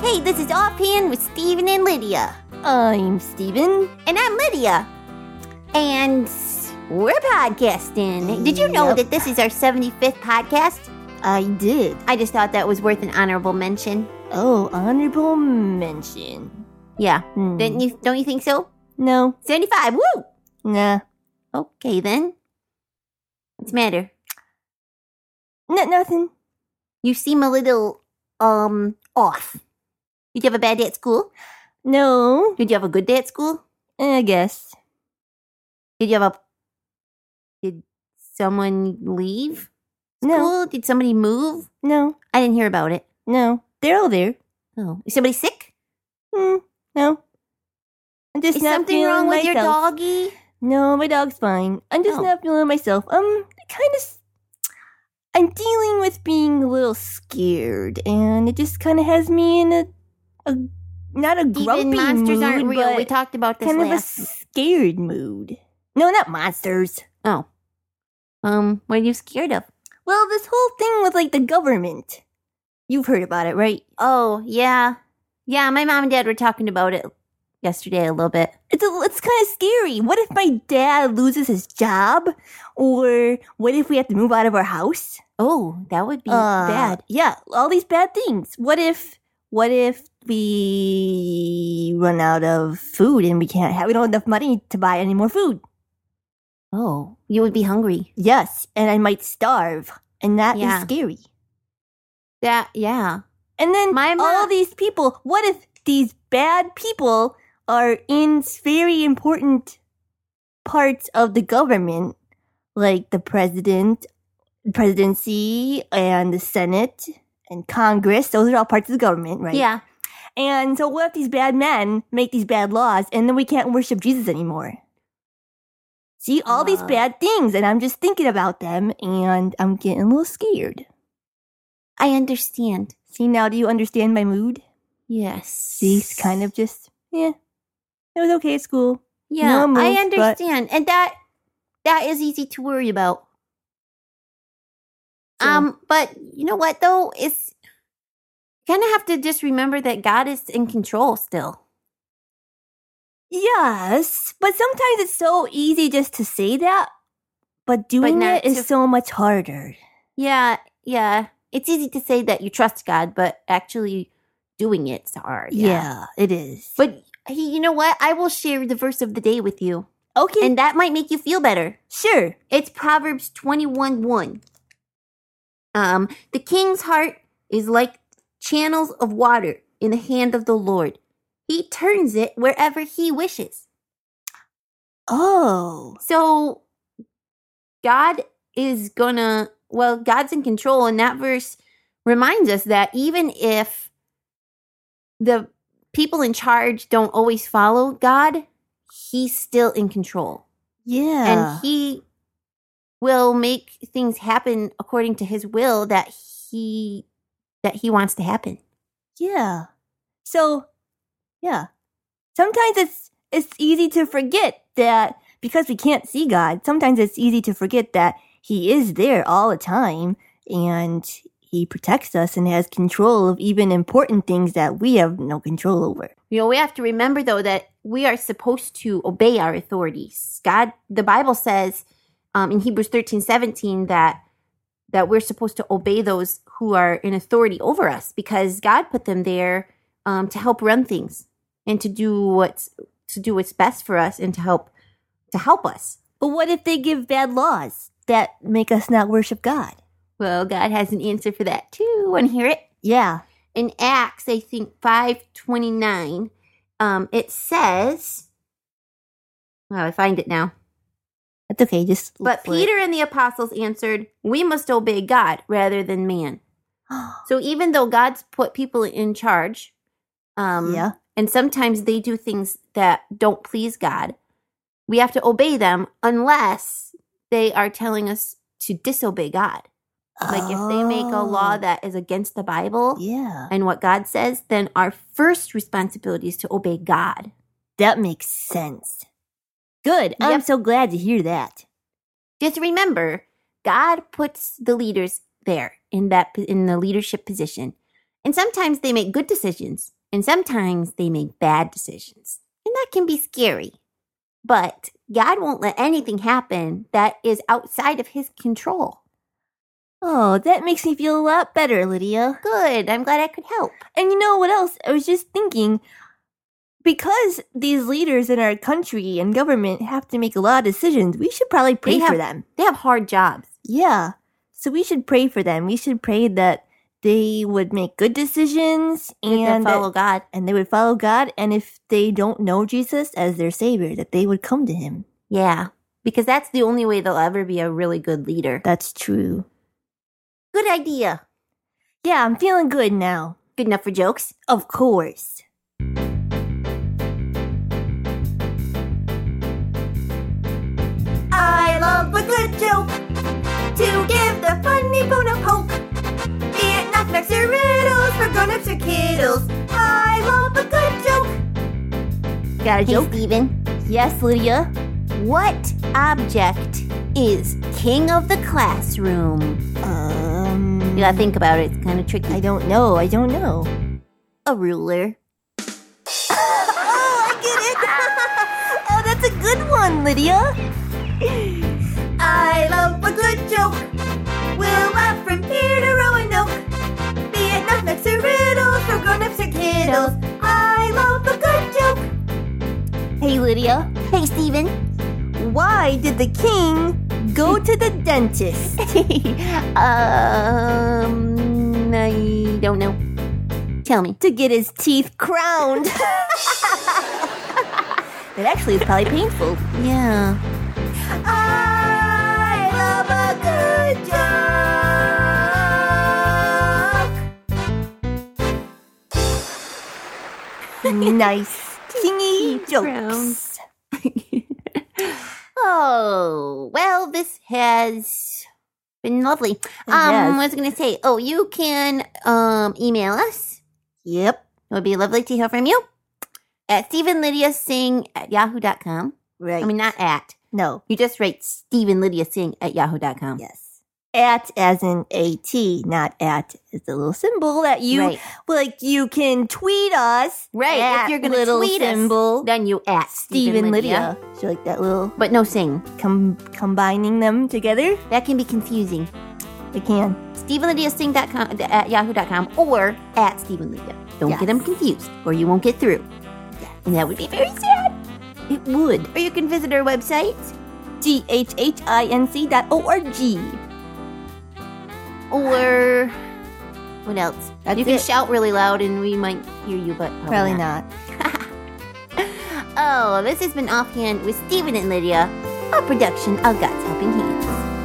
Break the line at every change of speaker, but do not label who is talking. Hey, this is Offhand with Steven and Lydia. I'm Steven. And I'm Lydia. And we're podcasting. Did you know
Yep.
that this is our 75th podcast?
I did.
I just thought that was worth an honorable mention.
Oh, honorable mention.
Yeah.
Hmm.
Didn't you, don't you think so?
No,
75, woo!
nah,
Okay then. What's the matter?
N- nothing.
You seem a little, um, off. Did you have a bad day at school?
No,
Did you have a good day at school?
I guess.
Did you have a. Did someone leave?
No,
School? Did somebody move?
no,
I didn't hear about it.
no. They're all there.
Oh, is somebody sick?
Hmm, no. I'm just
Is
not
something
feeling
wrong with your
myself.
doggy?
No, my dog's fine. I'm just
Oh.
not feeling myself. Um, kind of. I'm dealing with being a little scared, and it just kind of has me in a, a not a grumpy
Even monsters
mood,
aren't real.
but
We talked about this
kind of a
last.
scared mood. No, not monsters.
oh, um, what are you scared of?
Well, this whole thing with like the government. You've heard about it, right?
Oh, yeah, yeah. My mom and dad were talking about it yesterday a little bit.
It's a, it's kind of scary. What if my dad loses his job, or what if we have to move out of our house?
Oh, that would be
Uh,
bad.
Yeah, all these bad things. What if what if we run out of food and we can't have we don't have enough money to buy any more food?
Oh, you would be hungry.
Yes, and I might starve. And that is
Yeah.
scary.
That, yeah.
And then
My mo-
all these people, what if these bad people are in very important parts of the government, like the president, presidency, and the Senate and Congress? Those are all parts of the government, right?
Yeah.
And so, what if these bad men make these bad laws and then we can't worship Jesus anymore? See, all these
Uh.
bad things, and I'm just thinking about them and I'm getting a little scared.
I understand.
See, now do you understand my mood?
Yes.
See, it's kind of just, yeah, it was okay at school.
Yeah,
No
I
moves, but-
understand, and that that is easy to worry about.
So-
Um, but you know what though? It's kind of have to just remember that God is in control still.
Yes, but sometimes it's so easy just to say that, but doing
not
it is
to-
so much harder.
Yeah, yeah. It's easy to say that you trust God, but actually doing it's hard.
Yeah, it is.
But he, you know what? I will share the verse of the day with you,
okay,
and that might make you feel better.
sure.
It's Proverbs 21 1. Um, the king's heart is like channels of water in the hand of the Lord. He turns it wherever he wishes.
Oh,
So God is gonna, well, God's in control. And that verse reminds us that even if the people in charge don't always follow God, he's still in control
yeah.
and he will make things happen according to his will that he that he wants to happen
Yeah. So, yeah. Sometimes it's it's easy to forget that because we can't see God. Sometimes it's easy to forget that he is there all the time and he protects us and has control of even important things that we have no control over.
you know we have to remember though that we are supposed to obey our authorities god the bible says um, in hebrews 13 17 that that we're supposed to obey those who are in authority over us because god put them there um, to help run things and to do what's to do what's best for us and to help to help us
But what if they give bad laws that make us not worship God?
Well, God has an answer for that too. Want to hear it?
Yeah.
In Acts, I think five twenty nine, um, it says. Oh, I find it now.
That's okay. Just
But
look for it.
Peter and the apostles answered, "We must obey God rather than man." So even though God's put people in charge, um,
yeah.
and sometimes they do things that don't please God, we have to obey them unless they are telling us to disobey God. um, Like if they make a law
Oh.
that is against the Bible
Yeah.
and what God says, then our first responsibility is to obey God.
That makes sense. Good. I'm
Yep.
so glad to hear that.
Just remember, God puts the leaders there in that in the leadership position. And sometimes they make good decisions And sometimes they make bad decisions. And that can be scary. But God won't let anything happen that is outside of his control.
Oh, that makes me feel a lot better, Lydia.
Good. I'm glad I could help.
And you know what else? I was just thinking because these leaders in our country and government have to make a lot of decisions, we should probably pray
They
for
have-
them.
They have hard jobs.
Yeah. So we should pray for them. We should pray that they would make good decisions
And
and that-
follow God.
and they would follow God and if they don't know Jesus as their savior, that they would come to him.
Yeah. Because that's the only way they'll ever be a really good leader.
That's true.
Good idea.
Yeah, I'm feeling good now.
Good enough for jokes.
Of course.
I love a good joke to give the funny bone a poke. Be it knockbacks or riddles for grown-ups or kiddles. I love a good joke. Got a
Hey,
joke, Steven?
Yes, Lydia.
What object is king of the classroom?
Um
You gotta think about it. It's kind of tricky.
I don't know. I don't know.
a ruler.
oh, I get it. oh, that's a good one, Lydia.
I love a good joke. We'll laugh from here to Roanoke. Be it knockbacks or riddles for grown-ups or kiddles. I love a good joke.
Hey, Lydia.
Hey, Steven.
Why did the king go to the dentist?
um, I don't know. Tell me.
to get his teeth crowned. That actually is probably painful.
Yeah. I love a good joke.
nice. Kingy
Teeth
jokes.
Oh, well, this has been lovely. Um,
Yes.
I was going to say, oh, you can um email us.
Yep.
It would be lovely to hear from you at StephenLydiaSing at yahoo.com.
Right.
I mean, not at.
no.
You just write Stephen Lydia Singh at yahoo.com.
Yes. At as in at, not at as the little symbol that you
Right.
like. You can tweet us.
Right, if
At
you're gonna
little
tweet us.
symbol.
Then you at
Stephen
Stephen
Lydia. So like that little
But no sing.
com- combining them together.
That can be confusing.
I can.
StephenLydiaSing.com at yahoo.com or at Stephen Lydia. Don't
Yes.
get them confused or you won't get through. And that would be very sad.
It would.
Or you can visit our website
G h h i n c dot o r g.
or what else?
That's
you can
it.
shout really loud and we might hear you, but probably,
Probably
not.
not.
Oh, this has been Offhand with Stephen and Lydia, a production of God's Helping Hands.